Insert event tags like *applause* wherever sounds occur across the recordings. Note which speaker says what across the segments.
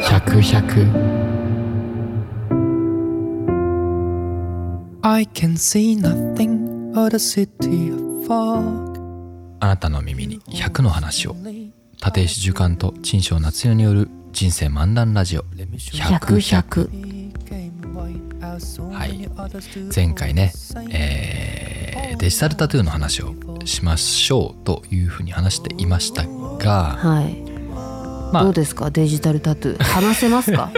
Speaker 1: 100
Speaker 2: I can see nothing but a city of fog.
Speaker 1: あなたの耳に100の話を立石寿貫と陳章夏代による人生漫談ラジオ100100
Speaker 2: 100
Speaker 1: はい前回ね、えーデジタルタトゥーの話をしましょうというふうに話していましたが
Speaker 3: はい、
Speaker 1: ま
Speaker 3: どう
Speaker 1: あ
Speaker 3: ですかデジタルタトゥー話せます
Speaker 1: *laughs*
Speaker 3: か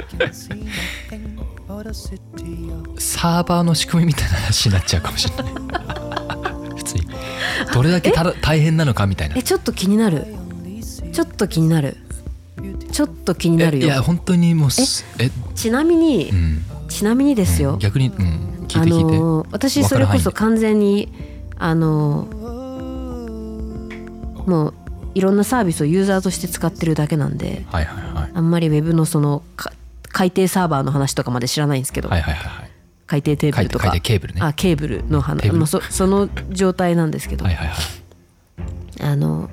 Speaker 1: サーバーの仕組みみたいな話になっちゃうかもしれない *laughs* 普通にどれだけたら大変なのかみたいな
Speaker 3: えちょっと気になるちょっと気になるちょっと気になる
Speaker 1: えいや
Speaker 3: よ
Speaker 1: 本当にもうすえ
Speaker 3: ちなみに、
Speaker 1: うん
Speaker 3: ちなみにですよ、
Speaker 1: うん逆に、うん、聞
Speaker 3: あ
Speaker 1: いて聞いて、
Speaker 3: のー私それこそ完全にあのーもういろんなサービスをユーザーとして使ってるだけなんで
Speaker 1: はいはいはい
Speaker 3: あんまりウェブのそのか海底サーバーの話とかまで知らないんですけど、
Speaker 1: はいはいはいはい
Speaker 3: 海底テーブルとか
Speaker 1: 海底海底ケーブルね
Speaker 3: あケーブルの
Speaker 1: テ
Speaker 3: 話
Speaker 1: ーブル
Speaker 3: もうそその状態なんですけど、
Speaker 1: はいはいはい
Speaker 3: あの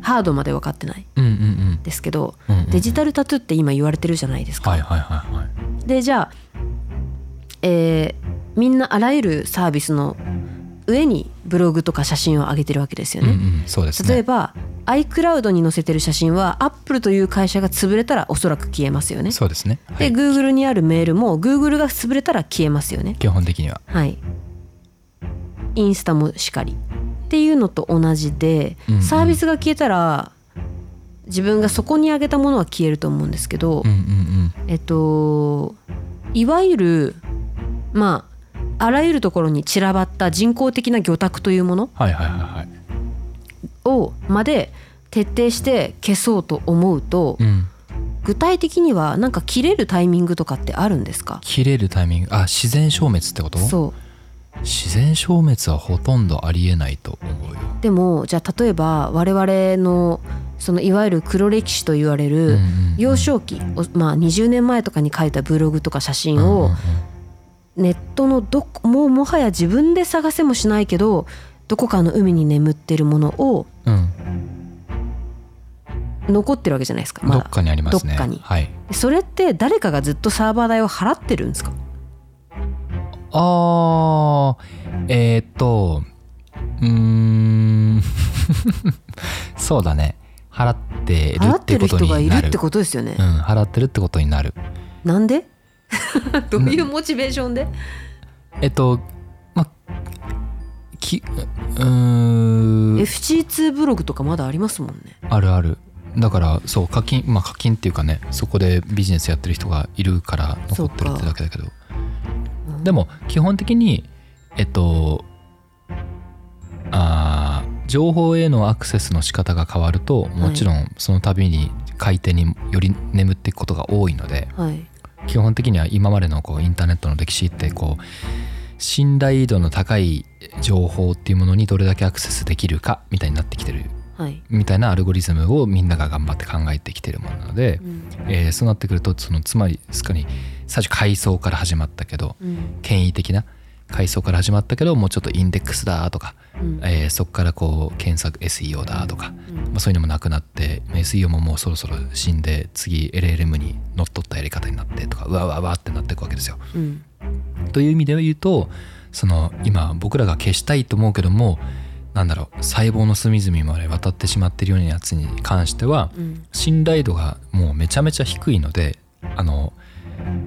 Speaker 3: ハードまで分かってない
Speaker 1: うんうんうん
Speaker 3: ですけど、
Speaker 1: うんうんうん
Speaker 3: デジタルタトゥーって今言われてるじゃないですか。
Speaker 1: はいはいはいはい
Speaker 3: でじゃあ、えーみんなあらゆるサービスの上にブログとか写真を上げてるわけですよ
Speaker 1: うん
Speaker 3: ね。
Speaker 1: うんそうですね
Speaker 3: 例えば iCloud に載せてる写真は Apple という会社が潰れたらおそらく消えますよね。
Speaker 1: そうですね、は
Speaker 3: で
Speaker 1: い、
Speaker 3: Google にあるメールも Google が潰れたら消えますよね。
Speaker 1: 基本的には
Speaker 3: はい、インスタもしかりっていうのと同じで、
Speaker 1: うんうん
Speaker 3: サービスが消えたら自分がそこにあげたものは消えると思うんですけど、
Speaker 1: うんうん
Speaker 3: えっといわゆるまああらゆるところに散らばった人工的な魚拓というもの
Speaker 1: はいはいはいはい
Speaker 3: をまで徹底して消そうと思うと、
Speaker 1: うん
Speaker 3: 具体的にはなんか切れるタイミングとかってあるんですか
Speaker 1: 切れるタイミングあ自然消滅ってこと
Speaker 3: そう
Speaker 1: 自然消滅はほとんどありえないと思うよ
Speaker 3: でもじゃあ例えば我々のそのいわゆる黒歴史と言われ
Speaker 1: うんうん
Speaker 3: る
Speaker 1: うん
Speaker 3: 幼少期、おまあ、20年前とかに書いたブログとか写真
Speaker 1: うん
Speaker 3: を
Speaker 1: うん
Speaker 3: ネットのどこもうもはや自分で探せもしないけどどこかの海に眠ってるものを
Speaker 1: うん
Speaker 3: 残ってるわけじゃないですか、
Speaker 1: ど
Speaker 3: ま
Speaker 1: っかにありますね。
Speaker 3: どっかに
Speaker 1: はい。
Speaker 3: あ、それって誰かがずっとサーバー代を払ってるんですか
Speaker 1: あーえー、っとうーん *laughs* そうだね払ってる
Speaker 3: 払
Speaker 1: っ
Speaker 3: ってて
Speaker 1: こ
Speaker 3: る
Speaker 1: と
Speaker 3: 人がい
Speaker 1: にな
Speaker 3: る
Speaker 1: る
Speaker 3: ってことですよね
Speaker 1: う、ん払ってるってことになる。
Speaker 3: なんで *laughs* どういうモチベーションで
Speaker 1: えっとまきうーん
Speaker 3: FC2 ブログとかまだありますもんね
Speaker 1: あるある。だからそう課金まあ課金っていうかねそこでビジネスやってる人がいるから残ってるってだけだけど
Speaker 3: うん
Speaker 1: でも基本的にえっとあー情報へのアクセスの仕方が変わるともちろんその度に買い手により眠っていくことが多いので
Speaker 3: はい
Speaker 1: 基本的には今までのこうインターネットの歴史ってこう信頼度の高い情報っていうものにどれだけアクセスできるかみたいになってきてる
Speaker 3: はい、
Speaker 1: みたいなアルゴリズムをみんなが頑張って考えてきてるものなので
Speaker 3: う、ん
Speaker 1: えーそうなってくるとそのつまりすかに最初階層から始まったけど
Speaker 3: うん
Speaker 1: 権威的な階層から始まったけどもうちょっとインデックスだとか、
Speaker 3: うん
Speaker 1: えーそこからこう検索 SEO だとか、
Speaker 3: うん
Speaker 1: まあ、そういうのもなくなって SEO ももうそろそろ死んで次 LLM にのっとったやり方になってとかうわうわうわってなっていくわけですよ。
Speaker 3: うん
Speaker 1: という意味で言うとその今僕らが消したいと思うけどもなんだろう細胞の隅々まで渡ってしまってるようなやつに関しては
Speaker 3: うん
Speaker 1: 信頼度がもうめちゃめちゃ低いのであの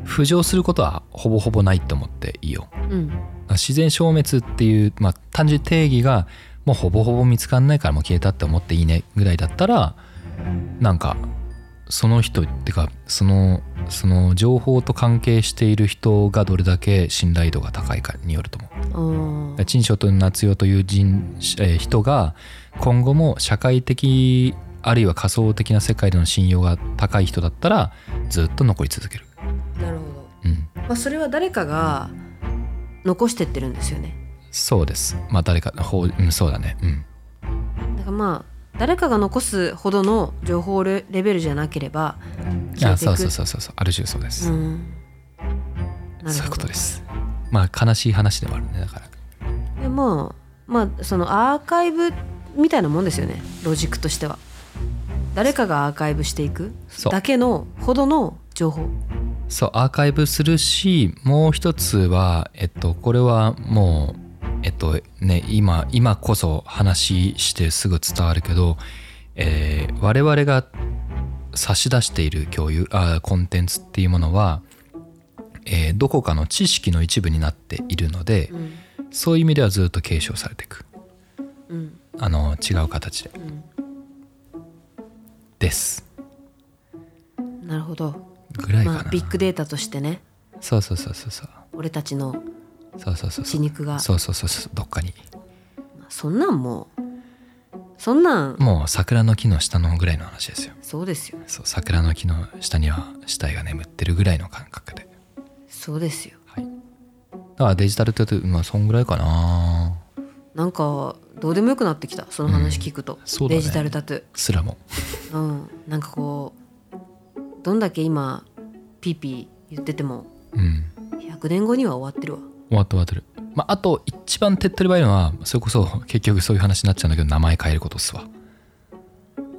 Speaker 1: 浮上することはほぼほぼないと思っていいよ。
Speaker 3: うん
Speaker 1: 自然消滅っていう、まあ、単純に定義がもうほぼほぼ見つかんないからもう消えたって思っていいねぐらいだったらなんかその人ってかそのその情報と関係している人がどれだけ信頼度が高いかによると思う。
Speaker 3: あー
Speaker 1: 陳翔と夏代という人,、えー人が今後も社会的あるいは仮想的な世界での信用が高い人だったらずっと残り続ける。
Speaker 3: なるほど、
Speaker 1: うん
Speaker 3: まあ、それは誰かが残してってるんですよね
Speaker 1: そうです。まあ誰かほう、うん、そうだね。うん。
Speaker 3: だからまあ誰かが残すほどの情報レレベルじゃなければ消え
Speaker 1: あ
Speaker 3: ていく
Speaker 1: そうそうそうそうそうある種そうです、
Speaker 3: うんなるほど
Speaker 1: そういうことですまあ悲しい話でもあるねだから
Speaker 3: いやまあまあそのアーカイブみたいなもんですよねロジックとしては誰かがアーカイブしていく
Speaker 1: そう
Speaker 3: だけのほどの情報
Speaker 1: そうアーカイブするしもう一つはえっとこれはもうえっとね今今こそ話してすぐ伝わるけど、えー我々が差し出している共有あコンテンツっていうものは、えーどこかの知識の一部になっているので
Speaker 3: うん
Speaker 1: そういう意味ではずっと継承されていく
Speaker 3: うん
Speaker 1: あの違う形で
Speaker 3: うん
Speaker 1: です
Speaker 3: なるほど、
Speaker 1: ぐらいかな、
Speaker 3: まあ、ビッグデータとしてね
Speaker 1: そうそうそうそうそう
Speaker 3: 俺たちの
Speaker 1: そうそうそう
Speaker 3: 血
Speaker 1: そう
Speaker 3: 肉がそ
Speaker 1: そうそうそうそうどっかに
Speaker 3: んなんもうそんなん
Speaker 1: もう桜の木の下のぐらいの話ですよ
Speaker 3: そうですよ
Speaker 1: そう桜の木の下には死体が眠ってるぐらいの感覚で
Speaker 3: そうですよ
Speaker 1: はいだからデジタルって言うとまあそんぐらいかな
Speaker 3: なんかどうでもよくなってきたその話聞くと、
Speaker 1: そうだね
Speaker 3: デジタルタトゥ
Speaker 1: すらも
Speaker 3: ーうんなんかこうどんだけ今ピーピー言ってても
Speaker 1: うん
Speaker 3: 100年後には終わってるわ
Speaker 1: 終わって終わってるまああと一番手っ取り早いのはそれこそ結局そういう話になっちゃうんだけど名前変えることっすわだか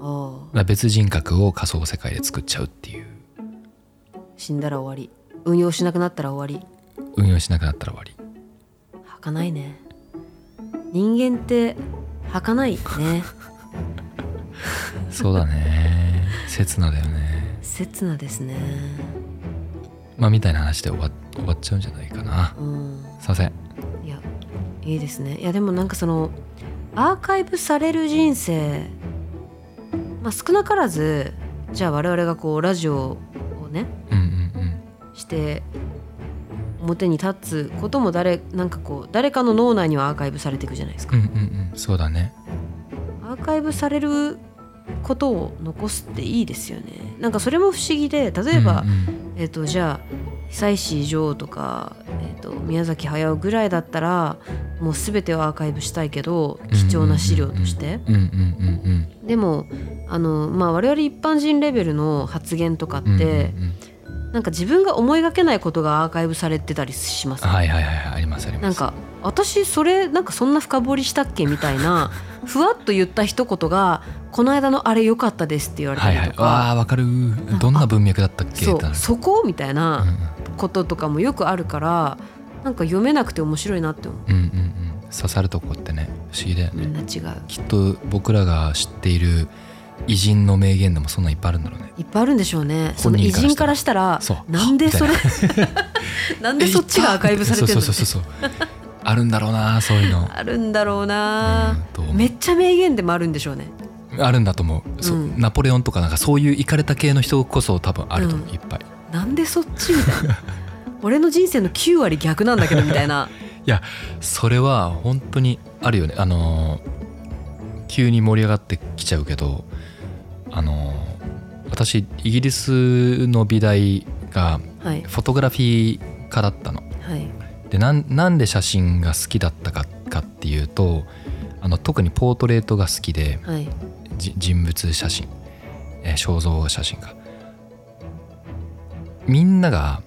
Speaker 3: ああ
Speaker 1: ら別人格を仮想世界で作っちゃうっていう
Speaker 3: 死んだら終わり運用しなくなったら終わ
Speaker 1: 運用しなくなったら終わり
Speaker 3: り儚いね人間って儚い
Speaker 1: *laughs*
Speaker 3: ね
Speaker 1: そうだね刹那だよね
Speaker 3: 刹那ですね
Speaker 1: まあみたいな話で終わ終わっちゃうんじゃないかな
Speaker 3: うん
Speaker 1: すいません
Speaker 3: いやいいですねいやでもなんかそのアーカイブされる人生、まあ、少なからずじゃあ我々がこうラジオをね
Speaker 1: うんうん
Speaker 3: して表に立つことも誰なんかこう誰かの脳内にはアーカイブされていくじゃないですか
Speaker 1: うんう。んうんうんそうだね
Speaker 3: アーカイブされることを残すっていいですよね。なんかそれも不思議で例えば、
Speaker 1: うんうん
Speaker 3: えっとじゃあ久石譲とか、えっと宮崎駿ぐらいだったらもう全てをアーカイブしたいけど貴重な資料として。
Speaker 1: うんうんうんうん
Speaker 3: でもあの、まあ、我々一般人レベルの発言とかっ
Speaker 1: うんうんうん
Speaker 3: て、なんか自分が思いがけないことがアーカイブされてたりします、
Speaker 1: はいはいはいはいありますあります
Speaker 3: なんか私それなんかそんな深掘りしたっけみたいな *laughs* ふわっと言った一言が「この間のあれ良かったです」って言われ
Speaker 1: は
Speaker 3: た
Speaker 1: い
Speaker 3: り
Speaker 1: はい
Speaker 3: とか、
Speaker 1: わあわかる
Speaker 3: か
Speaker 1: どんな文脈だったっけ
Speaker 3: そ
Speaker 1: ってな
Speaker 3: う
Speaker 1: る
Speaker 3: そこみたいな。
Speaker 1: うん
Speaker 3: こととかもよくあるからなんか読めなくて面白いなって思う
Speaker 1: うんうんうんうん刺さるとこってね不思議だよ
Speaker 3: みん
Speaker 1: ね
Speaker 3: な違う
Speaker 1: きっと僕らが知っている偉人の名言でもそんなんいっぱいあるんだろうね
Speaker 3: いっぱいあるんでしょうねそ
Speaker 1: 本
Speaker 3: の偉
Speaker 1: 人
Speaker 3: 人か
Speaker 1: からら
Speaker 3: したら
Speaker 1: そう
Speaker 3: なんでそれ *laughs* なんでそっちがアーカイブされてる
Speaker 1: そうそ
Speaker 3: の
Speaker 1: うそうそうあるんだろうなそういうの
Speaker 3: あるんだろうな、
Speaker 1: うんどう思う
Speaker 3: めっちゃ名言でもあるんでしょうね
Speaker 1: あるんだと思うそう
Speaker 3: うん
Speaker 1: ナポレオンとかなんかそういうイかれた系の人こそ多分あると思
Speaker 3: う
Speaker 1: うんいっぱい
Speaker 3: なんでそっちみたいな
Speaker 1: *laughs*
Speaker 3: 俺の人生の9割逆なんだけどみたいな
Speaker 1: いやそれは本当にあるよねあのー急に盛り上がってきちゃうけどあのー私イギリスの美大が
Speaker 3: はい
Speaker 1: フォトグラフィー科だったの
Speaker 3: はい
Speaker 1: でなんなんで写真が好きだったかかっていうとあの特にポートレートが好きで
Speaker 3: はい
Speaker 1: じ人物写真、えー肖像写真がみんなが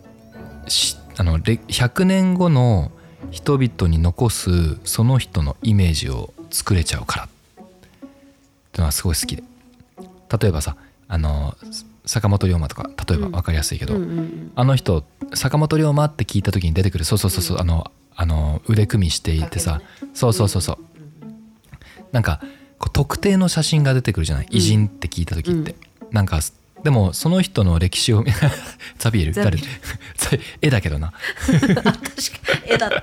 Speaker 1: しあのれ100年後の人々に残すその人のイメージを作れちゃうからってのはすごい好きで例えばさあの坂本龍馬とか例えば
Speaker 3: うん
Speaker 1: 分かりやすいけ
Speaker 3: う
Speaker 1: ど、
Speaker 3: んうんうん
Speaker 1: あの人坂本龍馬って聞いた時に出てくるそうそうそうそう、あのあの腕組みしていてさ、そうそうそうそうなんかこう特定の写真が出てくるじゃない偉人って聞いた時って、なんかでもその人の歴史を *laughs* ザビエル
Speaker 3: ザ
Speaker 1: 誰
Speaker 3: ビエル
Speaker 1: ザ *laughs* 絵だけどな
Speaker 3: あ確か絵だった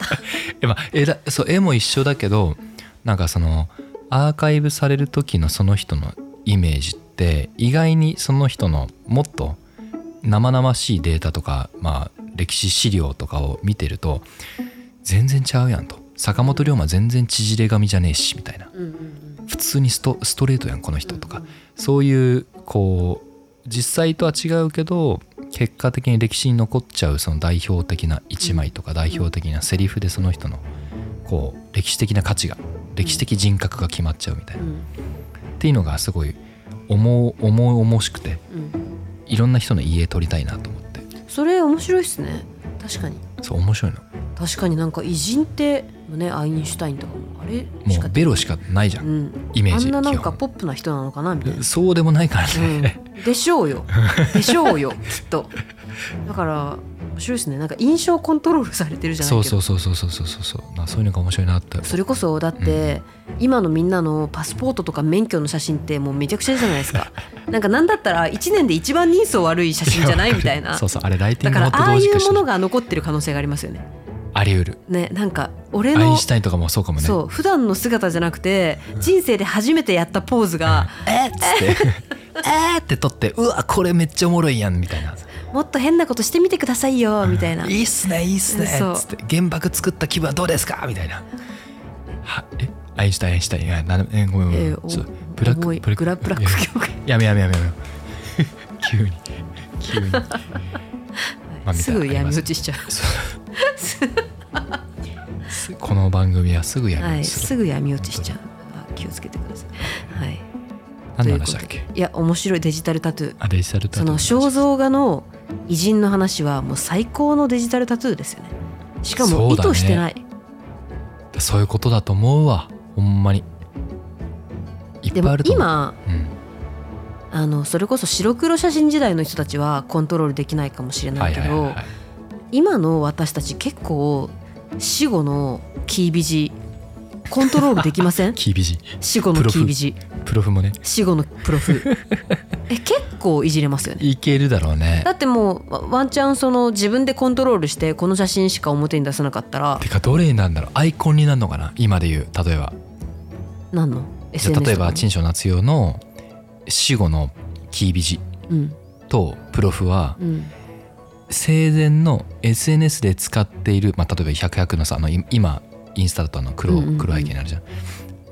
Speaker 1: え、まあ、絵だそう絵も一緒だけどなんかそのアーカイブされる時のその人のイメージって意外にその人のもっと生々しいデータとか、まあ、歴史資料とかを見てると全然違うやんと坂本龍馬全然縮れ髪じゃねえしみたいな
Speaker 3: うんうんうん
Speaker 1: 普通にストストレートやんこの人とかそういうこう実際とは違うけど結果的に歴史に残っちゃうその代表的な一枚とか代表的なセリフでその人のこう歴史的な価値が歴史的人格が決まっちゃうみたいうなっ
Speaker 3: ん
Speaker 1: ていうのがすごい重々々しくて
Speaker 3: うんうん
Speaker 1: いろんな人の家撮りたいなと思って
Speaker 3: それ面白いっすね確かに
Speaker 1: そう面白いの
Speaker 3: 確かになんか偉人ってねアインシュタインとかもあれし
Speaker 1: も
Speaker 3: か
Speaker 1: うベロしかないじゃ
Speaker 3: うんん
Speaker 1: イメー
Speaker 3: あ
Speaker 1: ジ
Speaker 3: んななん
Speaker 1: 基
Speaker 3: か
Speaker 1: 本
Speaker 3: ポップな人なのかなみたいな、
Speaker 1: そうでもないからね *laughs*
Speaker 3: うん、でしょうよでしょうよきっとだから面白いですねなんか印象コントロールされてるじゃないけ
Speaker 1: そ
Speaker 3: ど
Speaker 1: うそうそうそうそうそうそうそうまあそういうのが面白いなって
Speaker 3: それこそだって、今のみんなのパスポートとか免許の写真ってもうめちゃくちゃじゃないですか *laughs* なんかなんだったら1年で一番人相悪い写真じゃないみたい
Speaker 1: *laughs*
Speaker 3: な
Speaker 1: そうそうあれライティ
Speaker 3: だ
Speaker 1: ング
Speaker 3: か
Speaker 1: も
Speaker 3: ら
Speaker 1: っと
Speaker 3: ああ
Speaker 1: 同
Speaker 3: い
Speaker 1: 時化
Speaker 3: う
Speaker 1: し
Speaker 3: もの
Speaker 1: て
Speaker 3: が残ってる可能性がありますよね
Speaker 1: あり得る
Speaker 3: ねなんか俺
Speaker 1: アイ
Speaker 3: の
Speaker 1: ンシュタインとかもそうかもね
Speaker 3: そう普段の姿じゃなくて人生で初めてやったポーズが
Speaker 1: えっつって「えっ!」って撮って「うわこれめっちゃおもろいやん」みたいな
Speaker 3: もっと変なことしてみてくださいよみたいな、
Speaker 1: いいっすねいいっすね」
Speaker 3: そう
Speaker 1: つって「原爆作った気分はどうですか?」みたいな「はえアインシュタインアインシュタインあなえごめんごめん、
Speaker 3: えーお
Speaker 1: ちょっとブラッ
Speaker 3: 重い
Speaker 1: クブ
Speaker 3: グラブラッ
Speaker 1: いや
Speaker 3: ク教会
Speaker 1: やめやめやめやめ *laughs* よ急に急
Speaker 3: *laughs*
Speaker 1: にまあ
Speaker 3: すぐ闇落ち
Speaker 1: し
Speaker 3: しちゃう *laughs*
Speaker 1: この番組はすぐ闇
Speaker 3: はい、
Speaker 1: 落ちす
Speaker 3: す
Speaker 1: る、
Speaker 3: ぐ闇落ちしちゃうあ気をつけてください、はい、
Speaker 1: 何の話だっけ
Speaker 3: いや面白いデジタルタトゥー
Speaker 1: あデジタルタ
Speaker 3: そ
Speaker 1: トゥー
Speaker 3: の
Speaker 1: の話
Speaker 3: 肖像画の偉人の話はもう最高のデジタルタトゥーですよねしかも
Speaker 1: そ
Speaker 3: 意
Speaker 1: うだね
Speaker 3: 図してない、
Speaker 1: そういうことだと思うわほんまにいっぱ
Speaker 3: で
Speaker 1: いあ
Speaker 3: も
Speaker 1: ると思う
Speaker 3: 今
Speaker 1: うん
Speaker 3: あのそれこそ白黒写真時代の人たちはコントロールできないかもしれないけ
Speaker 1: はいはいは
Speaker 3: ど
Speaker 1: いはい
Speaker 3: 今の私たち結構死後のキービジコントロールできま
Speaker 1: *laughs*
Speaker 3: せん
Speaker 1: キービジ
Speaker 3: 死後のキービジ
Speaker 1: プロフもね
Speaker 3: 死後のプ
Speaker 1: *laughs*
Speaker 3: ロフえ結構いじれますよね
Speaker 1: いけるだろうね
Speaker 3: だってもうわワンチャンその自分でコントロールしてこの写真しか表に出さなかったら
Speaker 1: てかどれになるんだろうアイコンになるのかな今で言う例えば
Speaker 3: 何の
Speaker 1: じゃあ
Speaker 3: SNS
Speaker 1: 例えば
Speaker 3: とか
Speaker 1: 陳章夏代の死後のキービジ
Speaker 3: うん
Speaker 1: とプロフは
Speaker 3: うん
Speaker 1: 生前の SNS で使っている、まあ、例えば100のさあのい今インスタだとあの黒,、
Speaker 3: うんうんうん
Speaker 1: 黒背景にあるじゃん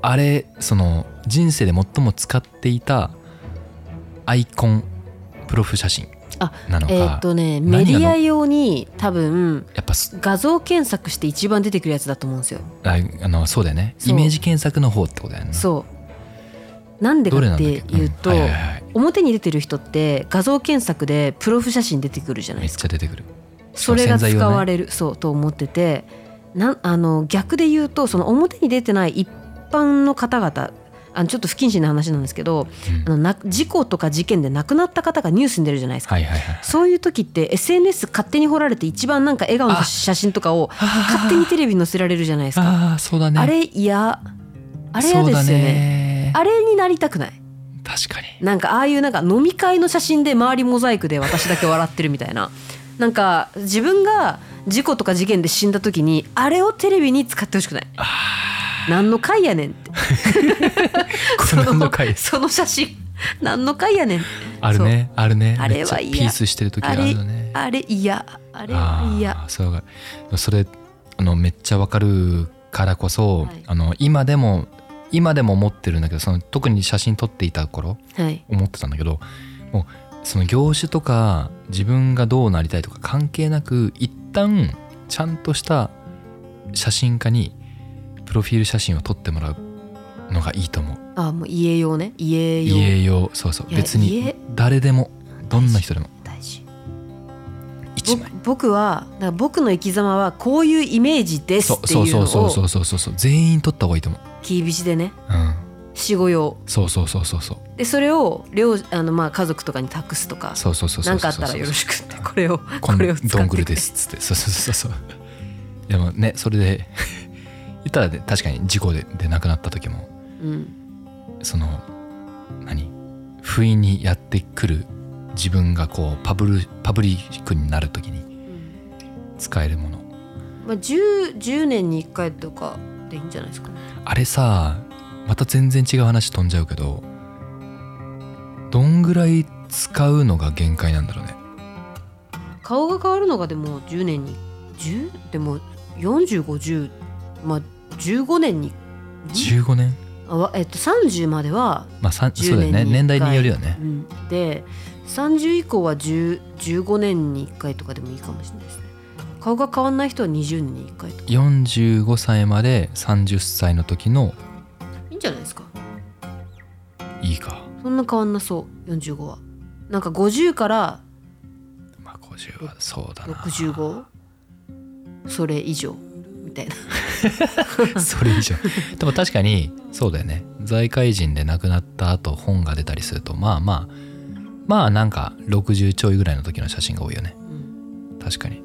Speaker 1: あれその人生で最も使っていたアイコンプロフ写真
Speaker 3: あ
Speaker 1: なのか、
Speaker 3: えーっとねメ
Speaker 1: 何
Speaker 3: デ
Speaker 1: がの
Speaker 3: ィア用に多分
Speaker 1: やっぱす
Speaker 3: 画像検索して一番出てくるやつだと思うんですよ
Speaker 1: ああのそうだよね
Speaker 3: そ
Speaker 1: イ
Speaker 3: う
Speaker 1: メージ検索の方ってことだよね
Speaker 3: そうなんでか
Speaker 1: どれな
Speaker 3: っ
Speaker 1: んだってけ
Speaker 3: 言うと
Speaker 1: んはいはいはい
Speaker 3: 表に出てる人って画像検索でプロフ写真出てくるじゃない
Speaker 1: めっ
Speaker 3: ですか
Speaker 1: ちゃ出てくる
Speaker 3: それが使わ
Speaker 1: れ
Speaker 3: れる、そうと思っててなんあの逆で言うとその表に出てない一般の方々あのちょっと不謹慎な話なんですけどあのな事故とか事件で亡くなった方がニュースに出るじゃないですか、
Speaker 1: はいはいはい
Speaker 3: そういう時って SNS 勝手に掘られて一番なんか笑顔の
Speaker 1: あ
Speaker 3: 写真とかを勝
Speaker 1: 勝
Speaker 3: 手にテレビに載せられるじゃないですか
Speaker 1: ああそうだね
Speaker 3: あれ嫌あれ嫌ですよ
Speaker 1: そうだ
Speaker 3: ね
Speaker 1: ね
Speaker 3: あれになりたくない
Speaker 1: 確かに
Speaker 3: なんかああいうなんか飲み会の写真で周りモザイクで私だけ笑ってるみたいな *laughs* なんか自分が事故とか事件で死んだ時にあれをテレビに使ってほしくない何の回やねんって *laughs*
Speaker 1: これ何の回
Speaker 3: そのその写真 *laughs* 何の回やねん
Speaker 1: あるねあるね
Speaker 3: あ
Speaker 1: め
Speaker 3: れは
Speaker 1: っちゃ
Speaker 3: 嫌
Speaker 1: ピースしてる時あ
Speaker 3: あ
Speaker 1: る
Speaker 3: れ
Speaker 1: よね
Speaker 3: あれいやあれはいや
Speaker 1: あーそうかそれあのめっちゃわかるからこそ、
Speaker 3: はい
Speaker 1: あの今でも今でも思ってるんだけどその特に写真撮っていた頃
Speaker 3: はい
Speaker 1: 思ってたんだけどもうその業種とか自分がどうなりたいとか関係なく一旦ちゃんとした写真家にプロフィール写真を撮ってもらうのがいいと思う
Speaker 3: あもう家用ね家用
Speaker 1: 家用そうそう
Speaker 3: いや
Speaker 1: 別に
Speaker 3: 家
Speaker 1: 誰でもどんな人でも
Speaker 3: 大事ぼ
Speaker 1: 一枚
Speaker 3: 僕はだから僕の生き様はこういうイメージです
Speaker 1: そ
Speaker 3: っ
Speaker 1: う
Speaker 3: てい
Speaker 1: そう
Speaker 3: うの
Speaker 1: そうそうそ
Speaker 3: を
Speaker 1: うそうそう全員撮った方がいいと思う
Speaker 3: 切りビジでね
Speaker 1: うん
Speaker 3: 死後用
Speaker 1: そうそうそうそうそう
Speaker 3: でそれを両あのまあ家族とかに託すとか
Speaker 1: そうそうそうそうそう
Speaker 3: なんかあったらよろしくってこれをこ
Speaker 1: こん
Speaker 3: れ
Speaker 1: な
Speaker 3: を使って
Speaker 1: どんぐるですっつってそうそうそうそうでもねそれで言ったらね確かに事故でで亡くなった時も
Speaker 3: うん
Speaker 1: その何不意にやってくる自分がこうパブルパブリックになる時に使えるもの
Speaker 3: まあ、10, 10年に1回とかでいいんじゃないですかね
Speaker 1: あれさまた全然違う話飛んじゃうけどどんぐらい使うのが限界なんだろうね
Speaker 3: 顔が変わるのがでも10年に10でも4050まあ15年に
Speaker 1: 15年
Speaker 3: あわえっと30までは、
Speaker 1: まあさん
Speaker 3: 10
Speaker 1: そうだよね
Speaker 3: 年に一回
Speaker 1: 年代によるよね
Speaker 3: うん、で30以降は10 15年に1回とかでもいいかもしれないですね顔が変わんない人は20年に1回とか
Speaker 1: 45歳まで30歳の時の
Speaker 3: いいんじゃないですか
Speaker 1: いいか、
Speaker 3: そんな変わんなそう45はなんか50から
Speaker 1: まあ、50はそうだな
Speaker 3: 65それ以上みたいな
Speaker 1: *laughs* それ以上でも確かにそうだよね財界人で亡くなった後本が出たりするとまあまあまあなんか60ちょいぐらいの時の写真が多いよね
Speaker 3: うん
Speaker 1: 確かに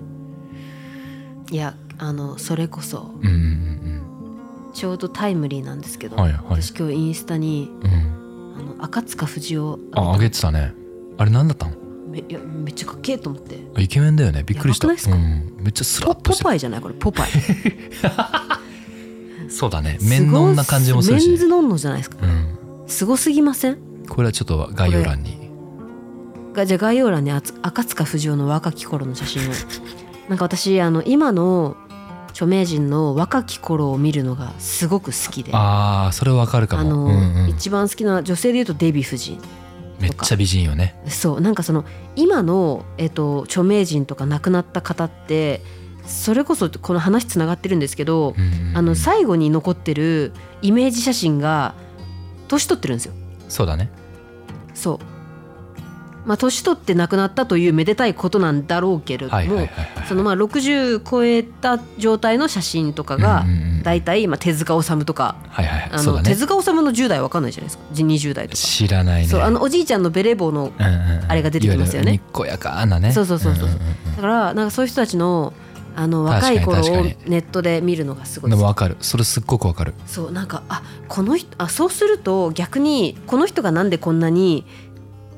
Speaker 3: いやあのそれこそ
Speaker 1: うんうん
Speaker 3: ちょうどタイムリーなんですけ
Speaker 1: う
Speaker 3: ど、
Speaker 1: んはいはい
Speaker 3: 私今日インスタに
Speaker 1: うん
Speaker 3: あの赤塚不二夫
Speaker 1: ああげてたねあれ何だったの
Speaker 3: めいやめっちゃかっけえと思って
Speaker 1: イケメンだよねびっくりした
Speaker 3: やばくな
Speaker 1: うん、めっちゃスラ
Speaker 3: ポ
Speaker 1: ッと
Speaker 3: ポ
Speaker 1: して
Speaker 3: パイじゃないこれポパイ
Speaker 1: そうだね *laughs* 面のな感じもする
Speaker 3: ごいメン
Speaker 1: し
Speaker 3: ズノンノじゃないですか
Speaker 1: うん
Speaker 3: すごすぎません
Speaker 1: これはちょっと概要欄に
Speaker 3: がじゃあ概要欄にあつ赤塚不二夫の若き頃の写真をなんか私あの今の著名人の若き頃を見るのがすごく好きであ
Speaker 1: ああそれわかるかも
Speaker 3: の、
Speaker 1: うんうん、
Speaker 3: 一番好きな女性でいうとデヴィ夫人
Speaker 1: めっちゃ美人よね
Speaker 3: そうなんかその今の、えっと、著名人とか亡くなった方ってそれこそこの話つながってるんですけど、
Speaker 1: うんうんうん
Speaker 3: あの最後に残ってるイメージ写真が年取ってるんですよ
Speaker 1: そうだね
Speaker 3: そうまあ年取って亡くなったというめでたいことなんだろうけれども、
Speaker 1: はいはいはいはい
Speaker 3: そのまあ60超えた状態の写真とかが
Speaker 1: うんうんうん
Speaker 3: 大体今手塚治虫とか
Speaker 1: はいはいは
Speaker 3: あ
Speaker 1: いそう
Speaker 3: の
Speaker 1: だ
Speaker 3: 手
Speaker 1: ね
Speaker 3: 塚治虫の10代わかんないじゃないですか20代とか
Speaker 1: 知らないね
Speaker 3: そうあのおじいちゃんのベレー帽の
Speaker 1: うんうんうん
Speaker 3: あれが出てきます
Speaker 1: いわ
Speaker 3: よね
Speaker 1: ゆるにっこやかなね
Speaker 3: そうそうそうそうん
Speaker 1: んん
Speaker 3: だからなんかそういう人たちのあの
Speaker 1: 確か
Speaker 3: 若
Speaker 1: に
Speaker 3: い頃を
Speaker 1: 確か
Speaker 3: ネットで見るのがすごい
Speaker 1: で
Speaker 3: 好
Speaker 1: も
Speaker 3: き
Speaker 1: わかるそれすっごくわかる
Speaker 3: そうなんかあこの人あそうすると逆にこの人がなんでこんなに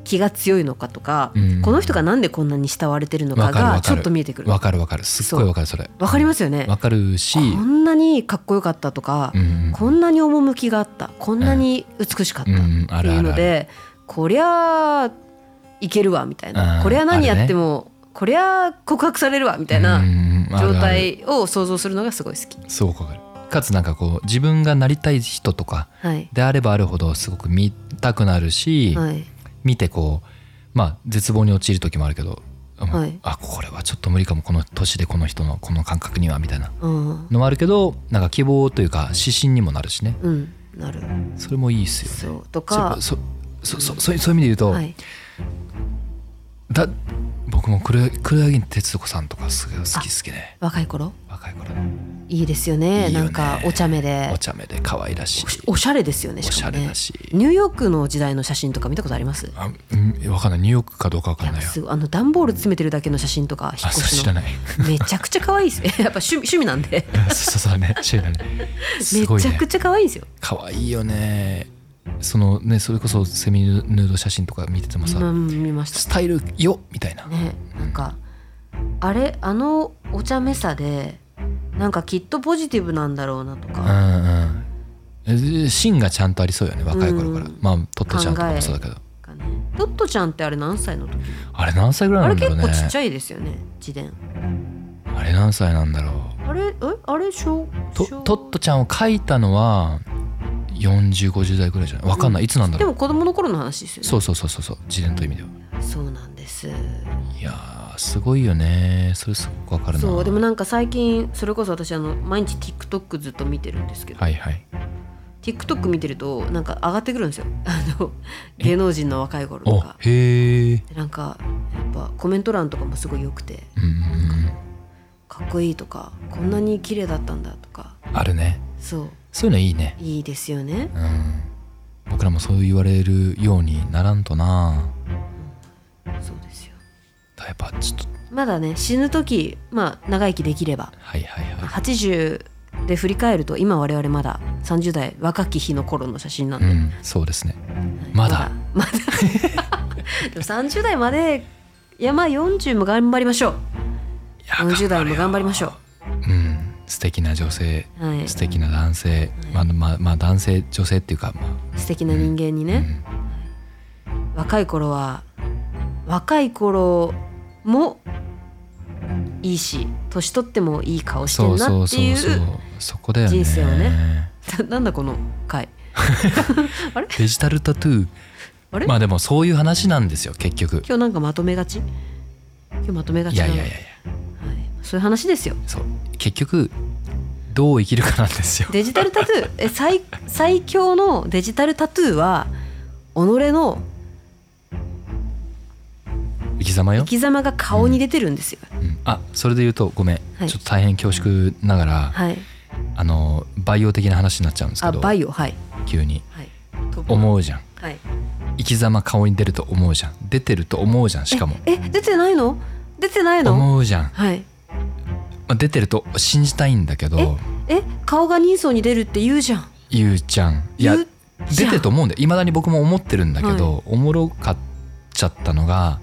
Speaker 3: 気が強いのかとか、
Speaker 1: うん
Speaker 3: この人がなんでこんなに慕われてるのか
Speaker 1: わかるわか
Speaker 3: が
Speaker 1: る
Speaker 3: ちょっと見えてくる
Speaker 1: わかるわかるすっごいわかるそれ
Speaker 3: わかりますよね
Speaker 1: わかるし
Speaker 3: こんなにかっこよかったとか、
Speaker 1: うん
Speaker 3: こんなに趣があったこんなに美しかった
Speaker 1: う
Speaker 3: っ
Speaker 1: んうん
Speaker 3: て
Speaker 1: ある
Speaker 3: い
Speaker 1: あ
Speaker 3: う
Speaker 1: る
Speaker 3: の
Speaker 1: ある
Speaker 3: でこりゃいけるわみた
Speaker 1: う
Speaker 3: い
Speaker 1: ん
Speaker 3: なこりゃ
Speaker 1: ある
Speaker 3: 何
Speaker 1: ね
Speaker 3: やってもこりゃ告白されるわみたい
Speaker 1: うん
Speaker 3: な
Speaker 1: うんあるある
Speaker 3: 状態を想像するのがすごい好き。
Speaker 1: すごくわかるかつなんかこう自分がなりたい人とか
Speaker 3: はい
Speaker 1: であればあるほどすごく見たくなるし、
Speaker 3: はい
Speaker 1: 見てこうまあ絶望に陥る時もあるけど、うん
Speaker 3: はい
Speaker 1: あこれはちょっと無理かもこの年でこの人のこの感覚にはみたいな
Speaker 3: うん
Speaker 1: のもあるけどなんか希望というか指針にもなるしね
Speaker 3: うんなる
Speaker 1: それもいいっすよね。
Speaker 3: そうと
Speaker 1: そういえ
Speaker 3: か
Speaker 1: ばそそそそういうそういう意味で言うと、
Speaker 3: はい
Speaker 1: だ僕も黒黒柳徹子さんとかすごい好き好
Speaker 3: あ
Speaker 1: きね
Speaker 3: 若い頃
Speaker 1: 若い頃
Speaker 3: いいですよね
Speaker 1: いいよね
Speaker 3: なんかお茶目で
Speaker 1: お茶目で可愛らしい
Speaker 3: おしゃれですよね
Speaker 1: お
Speaker 3: し
Speaker 1: し
Speaker 3: か
Speaker 1: ゃ
Speaker 3: も
Speaker 1: れ
Speaker 3: ね
Speaker 1: だし、
Speaker 3: ニューヨークの時代の写真とか見たことあります
Speaker 1: あうんわかんないニューヨークかどうかわ
Speaker 3: い
Speaker 1: かん
Speaker 3: や
Speaker 1: ないよ
Speaker 3: すごいあの段ボール詰めてるだけの写真とか引
Speaker 1: あ
Speaker 3: っ
Speaker 1: そう
Speaker 3: 越し
Speaker 1: 知
Speaker 3: の
Speaker 1: ら
Speaker 3: *laughs*
Speaker 1: ない
Speaker 3: めちゃくちゃ可愛いですやっぱ趣味趣味なんで
Speaker 1: そうそうそうね知らないすご
Speaker 3: め
Speaker 1: い
Speaker 3: ちゃ
Speaker 1: ね
Speaker 3: くちゃ可愛いですよ。
Speaker 1: 可愛いよねそのねそれこそセミヌード写真とか見ててもさ、
Speaker 3: 今見まし
Speaker 1: スタイルよみたいな、
Speaker 3: た。ね、なんかあれあのお茶目さでなんかきっとポジティブなんだろうなと
Speaker 1: う
Speaker 3: か、
Speaker 1: んうんえ芯がちゃんとありそうよね若い頃から、
Speaker 3: うん
Speaker 1: まあトットちゃんとかもそうだけど
Speaker 3: なんかね、トットちゃんってあれ何歳の時？
Speaker 1: あれ何歳ぐらい
Speaker 3: あ
Speaker 1: な
Speaker 3: れ
Speaker 1: んだろ
Speaker 3: 結
Speaker 1: うね
Speaker 3: 構ちっちゃいですよね。自伝。
Speaker 1: あれ何歳なんだろう
Speaker 3: あれえあれ小
Speaker 1: と
Speaker 3: 小
Speaker 1: トットちゃんを描いたのは4050代ぐらいじゃないわかんない、いつなんだ
Speaker 3: で
Speaker 1: ろう
Speaker 3: も子供の頃の話ですよね。
Speaker 1: そうそうそうそうそう自伝という意味では
Speaker 3: そうなんです。
Speaker 1: いやーすごいよねそれすごくわかるな
Speaker 3: そうでもなんか最近それこそ私あの毎日 TikTok ずっと見てるんですけど、
Speaker 1: はいはい
Speaker 3: TikTok 見てるとなんか上がってくるんですよ。あの芸能人の若い頃と
Speaker 1: お
Speaker 3: か。
Speaker 1: へえ
Speaker 3: でなんかやっぱコメント欄とかもすごい良くて
Speaker 1: うんうん
Speaker 3: かっこいいとかこんなに綺麗だったんだとか
Speaker 1: うんあるね
Speaker 3: そう
Speaker 1: そういうのいいね
Speaker 3: いいですよね
Speaker 1: うん僕らもそう言われるようにならんとな
Speaker 3: そうですよ
Speaker 1: やっぱちょっと
Speaker 3: まだね死ぬ時まあ長生きできれば
Speaker 1: はいはいはい
Speaker 3: 80で振り返ると今我々まだ30代若き日の頃の写真なん
Speaker 1: う
Speaker 3: で、
Speaker 1: んそうですねまだ
Speaker 3: まだ *laughs* でも30代までいやまあ40も頑張りましょ
Speaker 1: いや
Speaker 3: 40代も頑張りましょう
Speaker 1: うん素敵な女性
Speaker 3: う、はい、
Speaker 1: 素敵な男性、まあまあまあ男性女性っていうかまあ
Speaker 3: 素敵な人間にね、若い頃は若い頃もいいし年取ってもいい顔して
Speaker 1: そ
Speaker 3: ん
Speaker 1: うそ
Speaker 3: な
Speaker 1: う
Speaker 3: ってい
Speaker 1: そううそうそこだよね
Speaker 3: 人生をね *laughs* なんだこの回
Speaker 1: デジタルタトゥ
Speaker 3: あれ、
Speaker 1: ーまあでもそういう話なんですよ結局
Speaker 3: 今日なんかまとめがち今日まとめが
Speaker 1: い
Speaker 3: ちな
Speaker 1: やい
Speaker 3: の
Speaker 1: やいやいや
Speaker 3: はいそういう話ですよ
Speaker 1: そう結局どう生きるかなんですよ
Speaker 3: デジタルタトゥー *laughs* え最最強のデジタルタトゥーは己の
Speaker 1: 生き様よ
Speaker 3: 生き様が顔に出てるんですよ、
Speaker 1: うんあそれで言うとごめん、
Speaker 3: はい
Speaker 1: ちょっと大変恐縮ながら、
Speaker 3: はい
Speaker 1: あの培養的な話になっちゃうんですけ
Speaker 3: あ
Speaker 1: ど
Speaker 3: バイオはい
Speaker 1: 急に
Speaker 3: はい
Speaker 1: 思うじゃん
Speaker 3: はい
Speaker 1: 生き様顔に出ると思うじゃん出てると思うじゃんしかも
Speaker 3: え出てないの出てないの
Speaker 1: 思うじゃん、ま
Speaker 3: はい
Speaker 1: あ、出てると信じたいんだけど
Speaker 3: え顔が人相に出るって言うじゃん
Speaker 1: ゆうちゃんいや
Speaker 3: 言うじ
Speaker 1: 出
Speaker 3: ゃん
Speaker 1: てると思うんだよいまだに僕も思ってるんだけど、おもろかっちゃったのが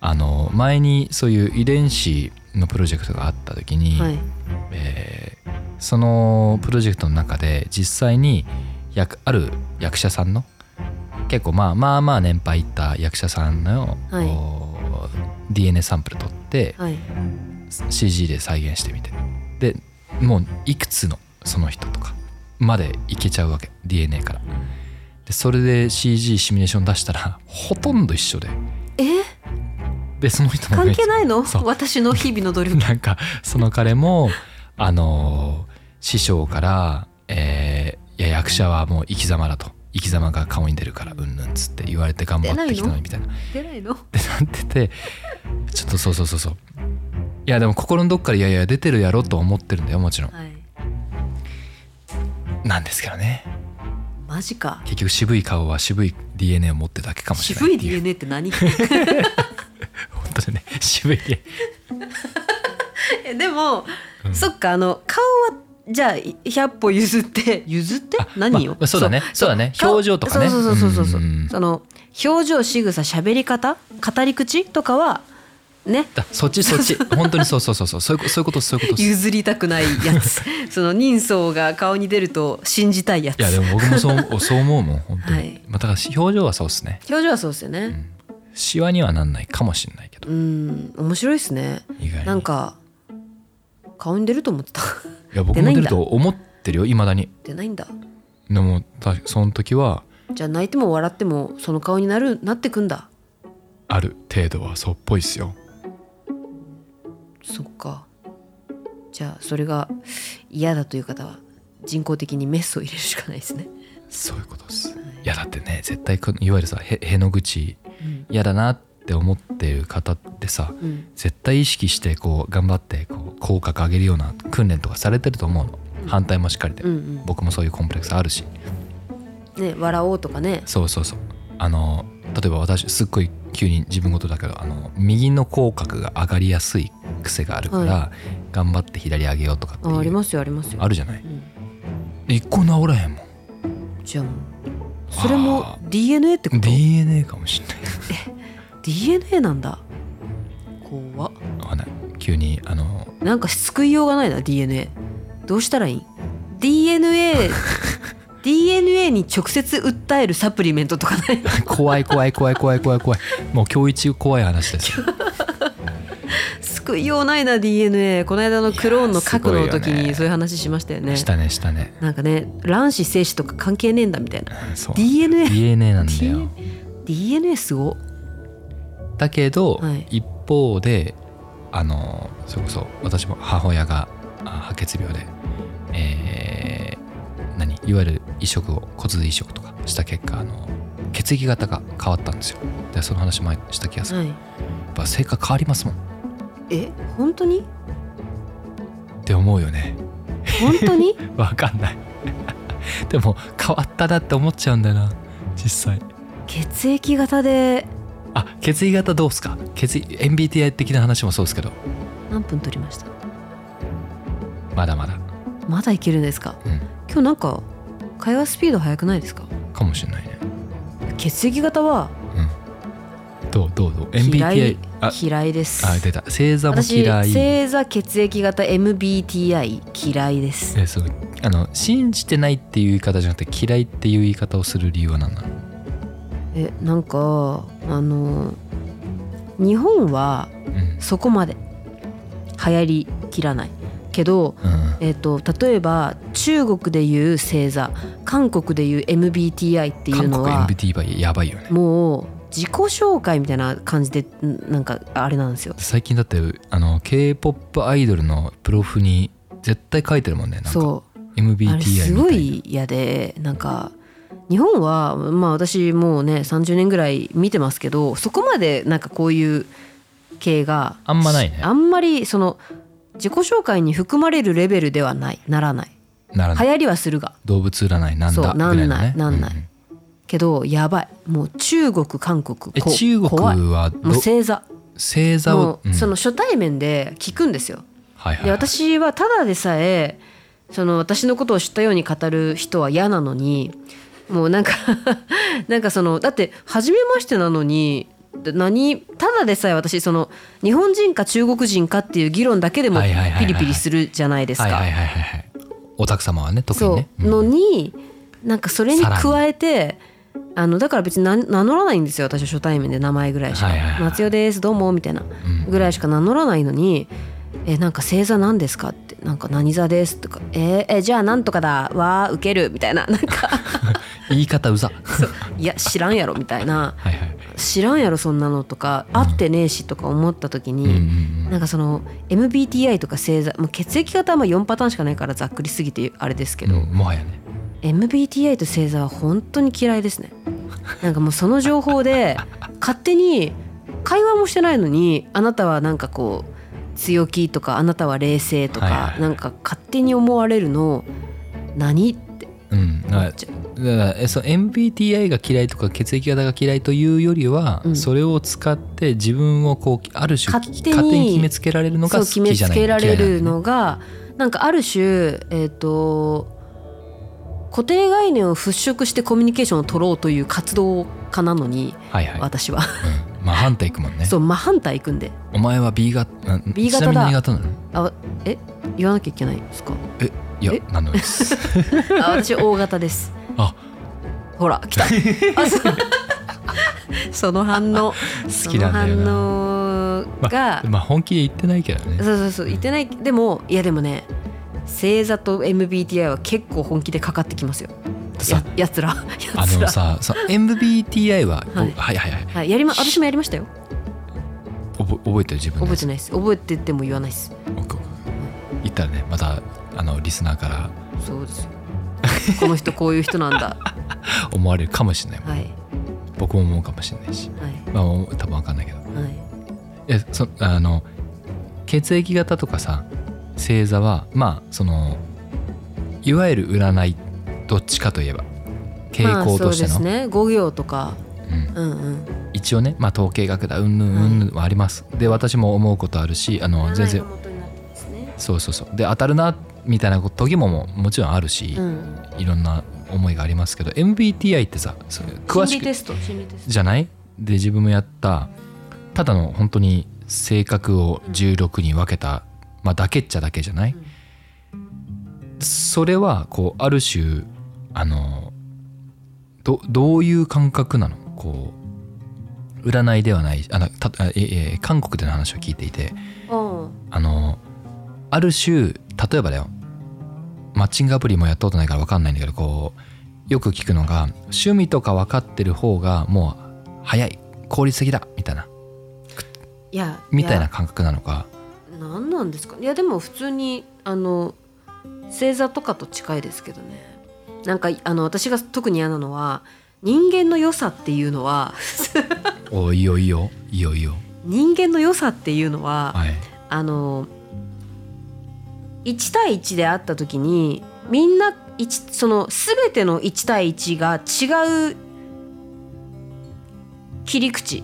Speaker 1: あの前にそういう遺伝子のプロジェクトがあった時に、
Speaker 3: はい
Speaker 1: えーそのプロジェクトの中で実際に役ある役者さんの結構まあまあまあ年配いった役者さんの、
Speaker 3: はい
Speaker 1: こう DNA サンプル取って、
Speaker 3: はい
Speaker 1: CG で再現してみてでもういくつのその人とかまでいけちゃうわけ DNA からでそれで CG シミュレーション出したらほとんど一緒で
Speaker 3: え
Speaker 1: でその人も
Speaker 3: 関係ないの
Speaker 1: そう
Speaker 3: 私の日々の努力
Speaker 1: *laughs* なんかその彼もあのー師匠から、えーいや役者はもう生き様だと生き様が顔に出るからうんぬんっつって言われて頑張ってきたのにみたいなっ
Speaker 3: 出ないの
Speaker 1: てなっててちょっとそうそうそうそういやでも心のどっかでいやいや出てるやろとは思ってるんだよもちろん
Speaker 3: はい
Speaker 1: なんですけどね
Speaker 3: マジか
Speaker 1: 結局渋い顔は渋い DNA を持ってるだけかもしれない
Speaker 3: 渋い
Speaker 1: ってう
Speaker 3: DNA っ
Speaker 1: *laughs*
Speaker 3: て何
Speaker 1: 本当だね *laughs* 渋い DNA
Speaker 3: えでも、
Speaker 1: うん
Speaker 3: そっかあの顔はじゃあい100歩譲って譲って何よ、
Speaker 1: まあそうだねそうだね
Speaker 3: 顔
Speaker 1: 表情とかね
Speaker 3: そうそうそうそうそう
Speaker 1: うんうんうん
Speaker 3: その表情仕草喋り方語り口とかはね
Speaker 1: だそっちそっち
Speaker 3: *laughs*
Speaker 1: 本当にそうそうそうそうそういうことそういうことそういうことです
Speaker 3: 譲りたくない
Speaker 1: *laughs*
Speaker 3: やつその人相が顔に出ると信じたいやつ
Speaker 1: いやでも僕もそうそう思うもん本当に、
Speaker 3: はい
Speaker 1: まあ、だから表情はそうですね
Speaker 3: 表情はそうですよね
Speaker 1: シワにはなんないかもしれないけど
Speaker 3: うん面白いですね
Speaker 1: 意外に
Speaker 3: なんか顔に出ると思ってた *laughs*
Speaker 1: いや僕
Speaker 3: 出な
Speaker 1: も
Speaker 3: いん
Speaker 1: 出
Speaker 3: だ
Speaker 1: ると思ってるよいまだに
Speaker 3: 出ないんだ
Speaker 1: でもたその時は
Speaker 3: じゃあ泣いても笑ってもその顔になるなってくんだ
Speaker 1: ある程度はそうっぽいっすよ
Speaker 3: そっかじゃあそれが嫌だという方は人工的にメスを入れるしかないですね、
Speaker 1: そういうことですいやだってね絶対このいわゆるさへへの口嫌だなって思ってる方ってさ
Speaker 3: うん
Speaker 1: 絶対意識してこう頑張ってこう口角上げるような訓練とかされてると思うの反対もしっかりで、
Speaker 3: うんうん
Speaker 1: 僕もそういうコンプレックスあるし
Speaker 3: ね笑おうとかね
Speaker 1: そうそうそうあの例えば私すっごい急に自分事だけどあの右の口角が上がりやすい癖があるから、
Speaker 3: は
Speaker 1: 頑張って左上げようとかって
Speaker 3: ああり
Speaker 1: いう
Speaker 3: ますよありますよ
Speaker 1: あるじゃない
Speaker 3: うん、
Speaker 1: 一個治らへんもん
Speaker 3: じゃあもうそれも
Speaker 1: あ
Speaker 3: DNA ってこと
Speaker 1: DNA かもしんない
Speaker 3: DNA なんだ怖っ
Speaker 1: わかんない急にあの
Speaker 3: なんか救いようがないな DNA どうしたらいいん
Speaker 1: *laughs*
Speaker 3: DNA DNA に直接訴えるサプリメントとかない *laughs*
Speaker 1: 怖い怖い怖い怖い怖い怖いもう今日一怖い話
Speaker 3: *laughs*
Speaker 1: です
Speaker 3: 救いようないな DNA この間のクローンの核の時
Speaker 1: いやーすごいよね
Speaker 3: にそういう話しましたよね
Speaker 1: したねしたね
Speaker 3: なんかね卵子精子とか関係ねえんだみたいな
Speaker 1: うんそう
Speaker 3: DNA
Speaker 1: DNA なんだよ
Speaker 3: DNA すご
Speaker 1: だけど、
Speaker 3: はい
Speaker 1: 一方であのそれこそ私も母親があ白血病で、えー何いわゆる移植を骨髄移植とかした結果あの血液型が変わったんですよでその話前にした気がする、
Speaker 3: はい
Speaker 1: やっぱ性格変わりますもんっ
Speaker 3: え本当に
Speaker 1: て思うよね *laughs*
Speaker 3: 本当に
Speaker 1: わかんない *laughs* でも変わったなって思っちゃうんだよな実際
Speaker 3: 血液型で
Speaker 1: あ血液型どうっすか血液 MBTI 的な話もそうですけど
Speaker 3: 何分取りました
Speaker 1: まだまだ
Speaker 3: まだいけるんですか
Speaker 1: うん
Speaker 3: 今日なんか会話スピード速くないですか
Speaker 1: かもしれないね
Speaker 3: 血液型は
Speaker 1: うん。どうどうどう
Speaker 3: 嫌い
Speaker 1: MBTI あ
Speaker 3: 嫌いです
Speaker 1: あ出た星座も
Speaker 3: 私
Speaker 1: 嫌い
Speaker 3: 星座血液型 MBTI 嫌いです
Speaker 1: えそうあの信じてないっていう言い方じゃなくて嫌いっていう言い方をする理由は何なの
Speaker 3: えなんかあの日本は
Speaker 1: うん
Speaker 3: そこまで流行りきらないけど、
Speaker 1: うん
Speaker 3: えっと例えば中国でいう星座韓国でいう MBTI っていう
Speaker 1: 韓
Speaker 3: の
Speaker 1: 国
Speaker 3: は
Speaker 1: MBTI やばいよね
Speaker 3: もう自己紹介みたいな感じでんなんかあれなんですよ。
Speaker 1: 最近だってあの K-POP アイドルのプロフに絶対書いてるもんねなんか
Speaker 3: そうあれ
Speaker 1: MBTI
Speaker 3: す
Speaker 1: み
Speaker 3: ご
Speaker 1: たいない
Speaker 3: 嫌でなんか日本はまあ私もうね30年ぐらい見てますけどそこまでなんかこういう系が
Speaker 1: あんまないね
Speaker 3: あんまりその自己紹介に含まれるレベルではないならない
Speaker 1: なら
Speaker 3: 流行りはするが
Speaker 1: 動物占いなん
Speaker 3: そ
Speaker 1: だ
Speaker 3: う
Speaker 1: ぐらいのね
Speaker 3: なんないなんない
Speaker 1: うんうん
Speaker 3: けどやばいもう中国韓国
Speaker 1: え
Speaker 3: こ
Speaker 1: 中国
Speaker 3: 怖いも
Speaker 1: は
Speaker 3: う
Speaker 1: ど
Speaker 3: 星座
Speaker 1: 星座
Speaker 3: も
Speaker 1: を、
Speaker 3: うその初対面で聞くんですよ。
Speaker 1: はいはい
Speaker 3: で
Speaker 1: はい、
Speaker 3: 私はただでさえその私のことを知ったように語る人は嫌なのにもうなんか *laughs* なんかそのだって初めましてなのに何ただでさえ私その日本人か中国人かっていう議論だけでも
Speaker 1: はいはいはいはい
Speaker 3: ピリピリするじゃないです
Speaker 1: はいは
Speaker 3: か
Speaker 1: い。はいはいはいおたく様はね特に
Speaker 3: そ
Speaker 1: ね
Speaker 3: うのになんかそれに加えてあのだから別に名名乗らないんですよ私は初対面で名前ぐらいしか
Speaker 1: はいはいは
Speaker 3: 「
Speaker 1: い
Speaker 3: 松代ですどうも」みたいなぐらいしか名乗らないのに「えなんか星座なんですか?」って「なんか何座です」とか「えーえじゃあなんとかだわーウケる」みたいななんか
Speaker 1: *laughs* 言い方うざ
Speaker 3: 「いや知らんやろ」みたいな
Speaker 1: はいはい
Speaker 3: 「知らんやろそんなの」とか「会ってねえし」とか思った時
Speaker 1: うんうん
Speaker 3: に。
Speaker 1: うん
Speaker 3: なんかその MBTI とか星座、まあ、血液型はまあ4パターンしかないからざっくりすぎてあれですけど、
Speaker 1: うんもはやね
Speaker 3: MBTI と星座は本当に嫌いですねなんかもうその情報で勝手に会話もしてないのにあなたはなんかこう強気とかあなたは冷静とか、
Speaker 1: はいはいはい
Speaker 3: なんか勝手に思われるの何って
Speaker 1: うんだか
Speaker 3: 思
Speaker 1: ら
Speaker 3: っちゃ
Speaker 1: だからえその MBTI が嫌いとか血液型が嫌いというよりは、
Speaker 3: うん
Speaker 1: それを使って自分をこうある種
Speaker 3: 勝手に
Speaker 1: 決めつけられるの
Speaker 3: うそ
Speaker 1: が
Speaker 3: う
Speaker 1: 好
Speaker 3: 決め
Speaker 1: きじ
Speaker 3: つ
Speaker 1: ゃない
Speaker 3: けられる
Speaker 1: 嫌い
Speaker 3: のがなんかある種えっ、と固定概念を払拭してコミュニケーションを取ろうという活動家なのに
Speaker 1: なんだよねはいはい、
Speaker 3: 私は、
Speaker 1: うん、まあ反対いくもんね
Speaker 3: *laughs* そう真反対いくんで
Speaker 1: お前は B 型
Speaker 3: B 型だ
Speaker 1: ちなみに何型なの
Speaker 3: あえ言わなきゃいけないんですか
Speaker 1: いや
Speaker 3: え
Speaker 1: 何でもいいです
Speaker 3: *laughs* あ私大型です。
Speaker 1: あ
Speaker 3: ほら
Speaker 1: *laughs*
Speaker 3: 来た。あそうその反応
Speaker 1: *laughs* 好きなんだよ
Speaker 3: そ
Speaker 1: な
Speaker 3: の反応が、
Speaker 1: まあ本気で言ってないけどね
Speaker 3: そうそうそう言ってないでもいやでもね星座と MBTI は結構本気でかかってきますよ。
Speaker 1: さ
Speaker 3: ややつらや
Speaker 1: あ
Speaker 3: つ
Speaker 1: の
Speaker 3: ら。
Speaker 1: ささ MBTI は、
Speaker 3: は
Speaker 1: はいい、はいはいはい
Speaker 3: はいやりま私もやりましたよ。
Speaker 1: おぼ覚えてる自分の
Speaker 3: 覚え
Speaker 1: や
Speaker 3: て
Speaker 1: つ
Speaker 3: ないです。覚えてても言わないです。
Speaker 1: オッケーオッケー言ったらねまたあのリスナーから
Speaker 3: そうですよ。この人こういう人なん
Speaker 1: *laughs*
Speaker 3: だ。
Speaker 1: 思われるかもしれないもん
Speaker 3: はい
Speaker 1: 僕も思うかもしれないし
Speaker 3: はい
Speaker 1: まあ多分わかんないけど
Speaker 3: はい
Speaker 1: えそあの血液型とかさ星座はまあそのいわゆる占いどっちかといえば。傾向として
Speaker 3: まあ、そ
Speaker 1: の、
Speaker 3: うですね。五行とか
Speaker 1: うん、
Speaker 3: うんうん。
Speaker 1: 一応ね、まあ、統計学だうんぬんうんぬんはあります、で私も思うことあるしあの全然そうそうそうで当たるなみたいな時もももちろんあるし、
Speaker 3: うん、
Speaker 1: いろんな思いがありますけど MBTI ってさそれ詳
Speaker 3: 心
Speaker 1: し
Speaker 3: 理
Speaker 1: く
Speaker 3: テスト心理テスト
Speaker 1: じゃないで自分もやったただの本当に性格を16に分けた、まあ、だけっちゃだけじゃない、それはこうある種あのどどういう感覚なのこう占いではないあのたあええ韓国での話を聞いていて
Speaker 3: うん
Speaker 1: あのある種例えばだよマッチングアプリもやったことないから分かんないんだけどこうよく聞くのが趣味とか分かってる方がもう早い効率的だみたいない
Speaker 3: や
Speaker 1: みたいな
Speaker 3: や
Speaker 1: 感覚なのか
Speaker 3: 何なんですかいやでも普通にあの星座とかと近いですけどねなんかあの私が特に嫌なのは人間の良さっていうのは
Speaker 1: おいいよいいよいいよいいよ
Speaker 3: 人間の良さっていうのは、
Speaker 1: はい
Speaker 3: あの1対1で会った時にみんな一その全ての1対1が違う切り口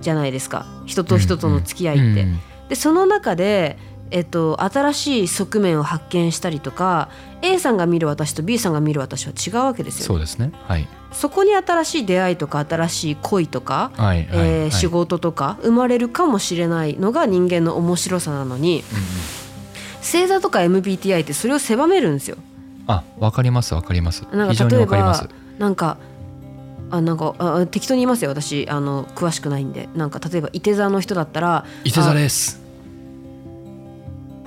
Speaker 3: じゃないですか人と人との付き合いって。
Speaker 1: うん
Speaker 3: でその中で、えっと、新しい側面を発見したりとか A さんが見る私と B さんが見る私は違うわけですよ。
Speaker 1: そうですねはい
Speaker 3: そこに新しい出会いとか新しい恋とか、
Speaker 1: はいはい、
Speaker 3: えー
Speaker 1: はい
Speaker 3: 仕事とか生まれるかもしれないのが人間の面白さなのに
Speaker 1: うんうん
Speaker 3: 星座とか MBTI ってそれを狭めるんですよ。
Speaker 1: あ、わかりますわかります。
Speaker 3: なん
Speaker 1: 非
Speaker 3: か
Speaker 1: 常に
Speaker 3: 例え
Speaker 1: わかりま
Speaker 3: ば
Speaker 1: す。
Speaker 3: なんかあなんかあ適当に言いますよ私あの詳しくないんでなんか例えばいて座の人だったら
Speaker 1: 伊手座です。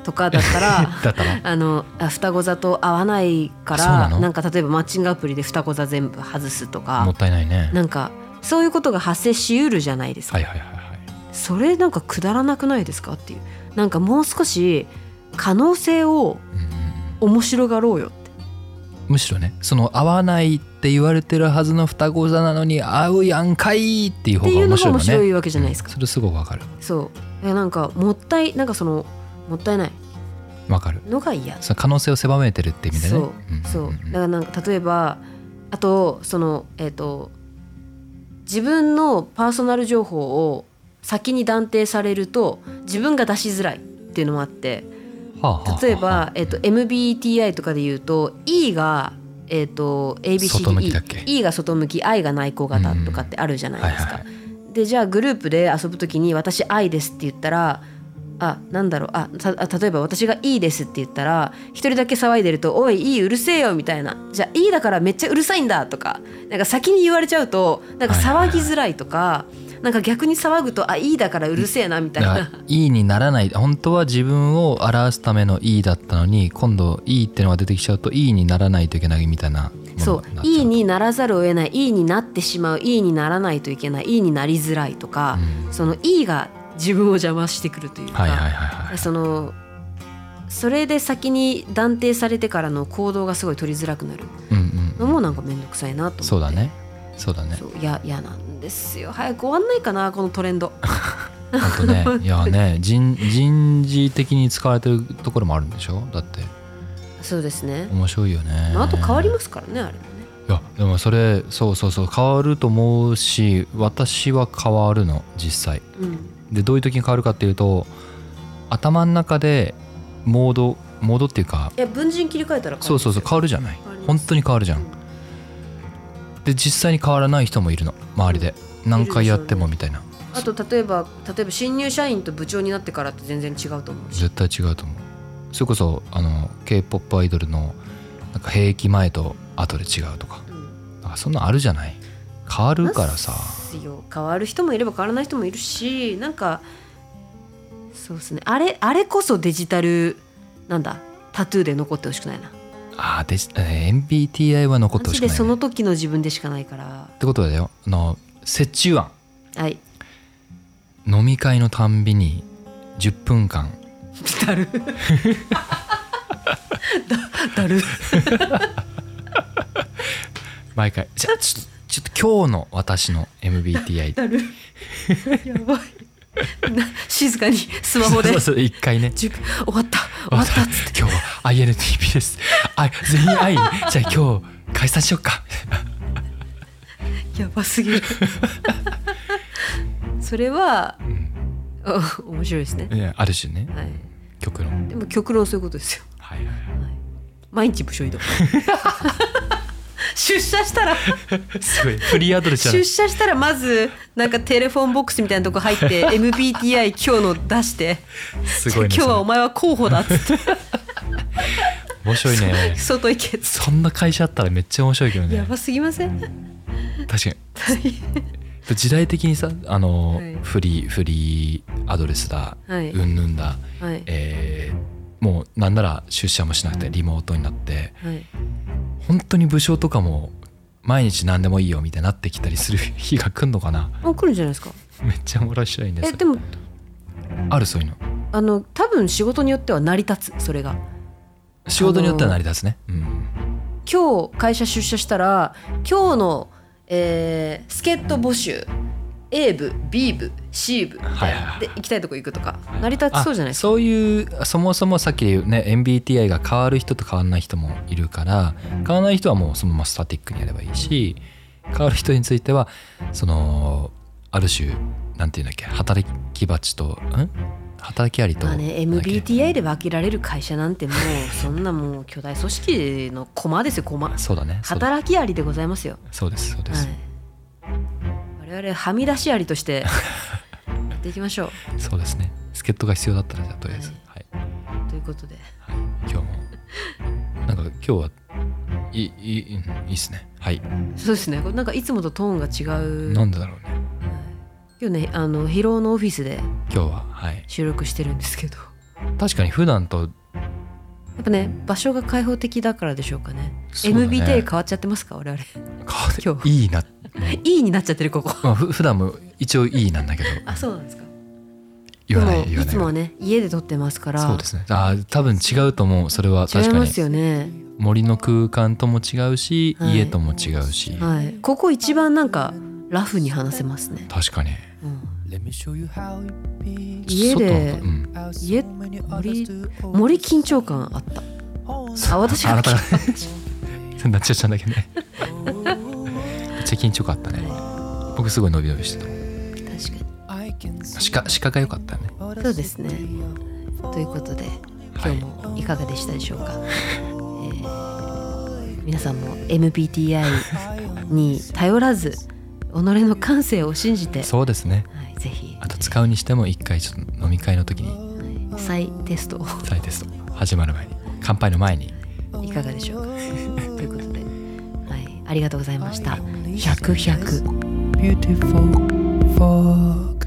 Speaker 3: とかだったら
Speaker 1: *laughs* だったら。
Speaker 3: あのあ双子座と合わないか
Speaker 1: そう
Speaker 3: ら
Speaker 1: な
Speaker 3: な
Speaker 1: の
Speaker 3: んか例えばマッチングアプリで双子座全部外すと
Speaker 1: も
Speaker 3: か
Speaker 1: ったいないね。
Speaker 3: なんかそういうことが発生しうるじゃないですか、
Speaker 1: はいはいはいはい。
Speaker 3: それなんかくだらなくないですかっていうなんかもう少し可能性を
Speaker 1: うんうんうん
Speaker 3: 面白がろうよって
Speaker 1: むしろね、その合わないって言われてるはずの双子座なのに合うやんかいっていう
Speaker 3: っ
Speaker 1: 方
Speaker 3: てい
Speaker 1: が
Speaker 3: う
Speaker 1: 面
Speaker 3: のが
Speaker 1: 白いも
Speaker 3: 面
Speaker 1: ん
Speaker 3: 白
Speaker 1: ね。
Speaker 3: いわけじゃないですか、
Speaker 1: それすごくわかる。
Speaker 3: そうえなんかもったいなんかそのもったいない
Speaker 1: わかる。
Speaker 3: のが嫌
Speaker 1: その可能性を狭めてるって意味でね。
Speaker 3: そうん
Speaker 1: んん
Speaker 3: そうだからなんか例えばあとそのえっ、と自分のパーソナル情報を先に断定されると自分が出しづらいっていうのもあって
Speaker 1: はあはあはあ
Speaker 3: 例えば、えっと MBTI とかで言うと E が、えっと
Speaker 1: 外向きだっけ
Speaker 3: ABCDE E が外向き I が内向型とかってあるじゃないですか。
Speaker 1: はいは
Speaker 3: でじゃあグループで遊ぶ時に「私 I です」って言ったら「あなんだろうあたあ例えば私が E です」って言ったら一人だけ騒いでると「おい E うるせえよ」みたいな「じゃあ E だからめっちゃうるさいんだ」とかなんか先に言われちゃうとなんか騒ぎづらいとか。なんか逆に騒ぐと「あ E だからうるせえな」みたい
Speaker 1: だか
Speaker 3: な
Speaker 1: ら E にならない本当は自分を表すための E だったのに今度 E ってのが出てきちゃうと E にならないといけないみたいなもの
Speaker 3: そう
Speaker 1: になっちゃ
Speaker 3: いいにならざるを得ないいいになってしまういいにならないといけないいいになりづらいとか、
Speaker 1: うん
Speaker 3: そのいいが自分を邪魔してくるというか、
Speaker 1: はいはいはいはい
Speaker 3: そのそれで先に断定されてからの行動がすごい取りづらくなる
Speaker 1: うんう
Speaker 3: の
Speaker 1: ん
Speaker 3: もなんか面倒くさいなと思って
Speaker 1: そうだねそうだね
Speaker 3: そういや嫌なんですよ早く終わんないかなこのトレンド
Speaker 1: あと
Speaker 3: *laughs*
Speaker 1: ねいやね人人事的に使われてるところもあるんでしょだって
Speaker 3: そうですね、
Speaker 1: 面白いよね、
Speaker 3: まあ、あと変わりますすからねあれもね
Speaker 1: いやでもそれそうそうそう変わると思うし私は変わるの実際
Speaker 3: うん
Speaker 1: でどういう時に変わるかっていうと頭の中でモードモードっていうか
Speaker 3: いや文人切り替えたら変わります
Speaker 1: そうそうそう変
Speaker 3: わ
Speaker 1: わるじゃない
Speaker 3: 変わります
Speaker 1: 本当に変わるじゃ
Speaker 3: うん
Speaker 1: んで実際に変わらない人もいるの周りで何回やってもみたいな
Speaker 3: あと例えば例えば新入社員と部長になってからって全然違うと思うし
Speaker 1: 絶対違うと思うそれこそあの k p o p アイドルのなんか兵役前と後で違うとか
Speaker 3: うん
Speaker 1: なんかそんなのあるじゃない変わるからさ
Speaker 3: ですよ変わる人もいれば変わらない人もいるしなんかそうですねあれあれこそデジタルなんだタトゥーで残ってほしくないな
Speaker 1: あーでしえー MBTI は残ってほ
Speaker 3: マ
Speaker 1: しく
Speaker 3: ジで
Speaker 1: ない
Speaker 3: そ
Speaker 1: ね、
Speaker 3: の時の自分でしかないから
Speaker 1: ってことだよあの折衷案
Speaker 3: はい
Speaker 1: 飲み会のたんびに10分間
Speaker 3: だるだだる
Speaker 1: 毎回じゃあちょっとちょっと今日の私の
Speaker 3: *laughs*
Speaker 1: MBTI
Speaker 3: だるやばいな静かにスマホで
Speaker 1: そうそう一回
Speaker 3: *laughs*
Speaker 1: ね
Speaker 3: 10終わった終わったっつって
Speaker 1: 今日は INTP ですあ全員愛にじゃあ今日解散しようか
Speaker 3: やばす
Speaker 1: *laughs*
Speaker 3: ぎるそれは
Speaker 1: うん
Speaker 3: あ面白いですね、
Speaker 1: いやある種ね
Speaker 3: はい、
Speaker 1: 曲のはい
Speaker 3: でも極論そういうことですよ、
Speaker 1: はいはい
Speaker 3: はい、毎日部署移動出社し
Speaker 1: *laughs*
Speaker 3: たら
Speaker 1: すごいフリーアドレスじゃな
Speaker 3: *laughs* 出
Speaker 1: い
Speaker 3: 社したらまずなんかテレフォンボックスみたいなとこ入って
Speaker 1: *laughs*
Speaker 3: MBTI 今日の出して
Speaker 1: すごいね
Speaker 3: 今日はお前は候補だっつって
Speaker 1: 面白い *laughs* ね
Speaker 3: 外行けっつっ
Speaker 1: そんな会社あったらめっちゃ面白いけど
Speaker 3: てや
Speaker 1: ね
Speaker 3: ばすぎません
Speaker 1: 確かに
Speaker 3: 大変
Speaker 1: 時代的にさあの、
Speaker 3: はい
Speaker 1: フリーフリーアドレスだ、
Speaker 3: はい
Speaker 1: うんぬんだ、
Speaker 3: はい
Speaker 1: えーもうなんなら出社もしなくてリモートになって
Speaker 3: はい
Speaker 1: 本当に武将とかも毎日何でもいいよみたいになってきたりする日が来んのかな
Speaker 3: あ来るんじゃないですか
Speaker 1: めっちゃ面白いね
Speaker 3: え
Speaker 1: それ
Speaker 3: でも
Speaker 1: あるそういうの
Speaker 3: あの多分仕事によっては成り立つそれが
Speaker 1: 仕事によっては成り立つね、うん、
Speaker 3: 今日会社出社したら今日の、えー、助っ人募集 A 部 B 部 C 部みたいな
Speaker 1: はいはいはい
Speaker 3: で行きたいとこ行くとか成り立ちそうじゃ
Speaker 1: あ
Speaker 3: ないですか
Speaker 1: そういうそもそもさっき言うね MBTI が変わる人と変わらない人もいるから変わらない人はもうそのままスタティックにやればいいし変わる人についてはそのある種なんていうんだっけ働き鉢とん働きありと
Speaker 3: まあね
Speaker 1: なんだっけ
Speaker 3: MBTI で分けられる会社なんてもうそんなもう巨大組織の駒ですよ駒
Speaker 1: そうだねそうだ
Speaker 3: 働きありでございますよ、
Speaker 1: そうですそうで
Speaker 3: は
Speaker 1: す、
Speaker 3: い、我々はみ出しありとして *laughs* やっていきましょ
Speaker 1: そうですね助っ人が必要だったらじゃあとりあえず、はい
Speaker 3: うということで
Speaker 1: はい、今日もなんか今日はいいいいうんいいっすねはい
Speaker 3: そうですねこれなんかいつもとトーンが違う、
Speaker 1: なんでだろうね
Speaker 3: 今日ねあの疲労のオフィスで
Speaker 1: 今日ははい
Speaker 3: 収録してるんですけど
Speaker 1: 確かに普段と
Speaker 3: やっぱね場所が開放的だからでしょうかね
Speaker 1: そうだね
Speaker 3: MBTI 変わっちゃってますか我 *laughs* 々今日
Speaker 1: いいな、
Speaker 3: いいになっちゃってるここ
Speaker 1: まあ、ふ普段も一応いいなんだけど
Speaker 3: あそうなんですか
Speaker 1: 言わない
Speaker 3: で
Speaker 1: 言
Speaker 3: も
Speaker 1: わ
Speaker 3: い
Speaker 1: ない
Speaker 3: つもはね家で撮ってますから
Speaker 1: そうですねあー多分違うと思うそれは
Speaker 3: 違い
Speaker 1: 確か
Speaker 3: ま
Speaker 1: に
Speaker 3: すよね
Speaker 1: 森の空間とも違うし、
Speaker 3: はい
Speaker 1: 家とも違うし、
Speaker 3: はいここ一番なんかラフに話せますね、
Speaker 1: 確かに
Speaker 2: Let me show you how it be.
Speaker 3: 家で
Speaker 1: 外のうん、
Speaker 3: 家森森緊張感あったあ私
Speaker 1: あ
Speaker 3: が
Speaker 1: な
Speaker 3: *laughs*
Speaker 1: たが *laughs* なっちゃったんだけどねめっちゃ緊張感あったね僕すごい伸び伸びしてた
Speaker 3: 確かに
Speaker 2: I I can see
Speaker 1: 鹿鹿が良かったね
Speaker 2: what a
Speaker 3: そうですね
Speaker 2: city of
Speaker 3: ということで
Speaker 1: は
Speaker 3: 今
Speaker 1: い
Speaker 3: 日もいかがでしたでしょうか、えー皆さんも MBTI に頼らず己の感性を信じて、は
Speaker 1: そうですね
Speaker 3: い、ぜひ
Speaker 1: あと使うにしても一回ちょっと飲み会の時に
Speaker 3: 再テストを
Speaker 1: 再テスト始まる前に乾杯の前に
Speaker 3: いかがで *laughs* しょうかということで、はい、ありがとうございました。100 100
Speaker 2: beautiful fog.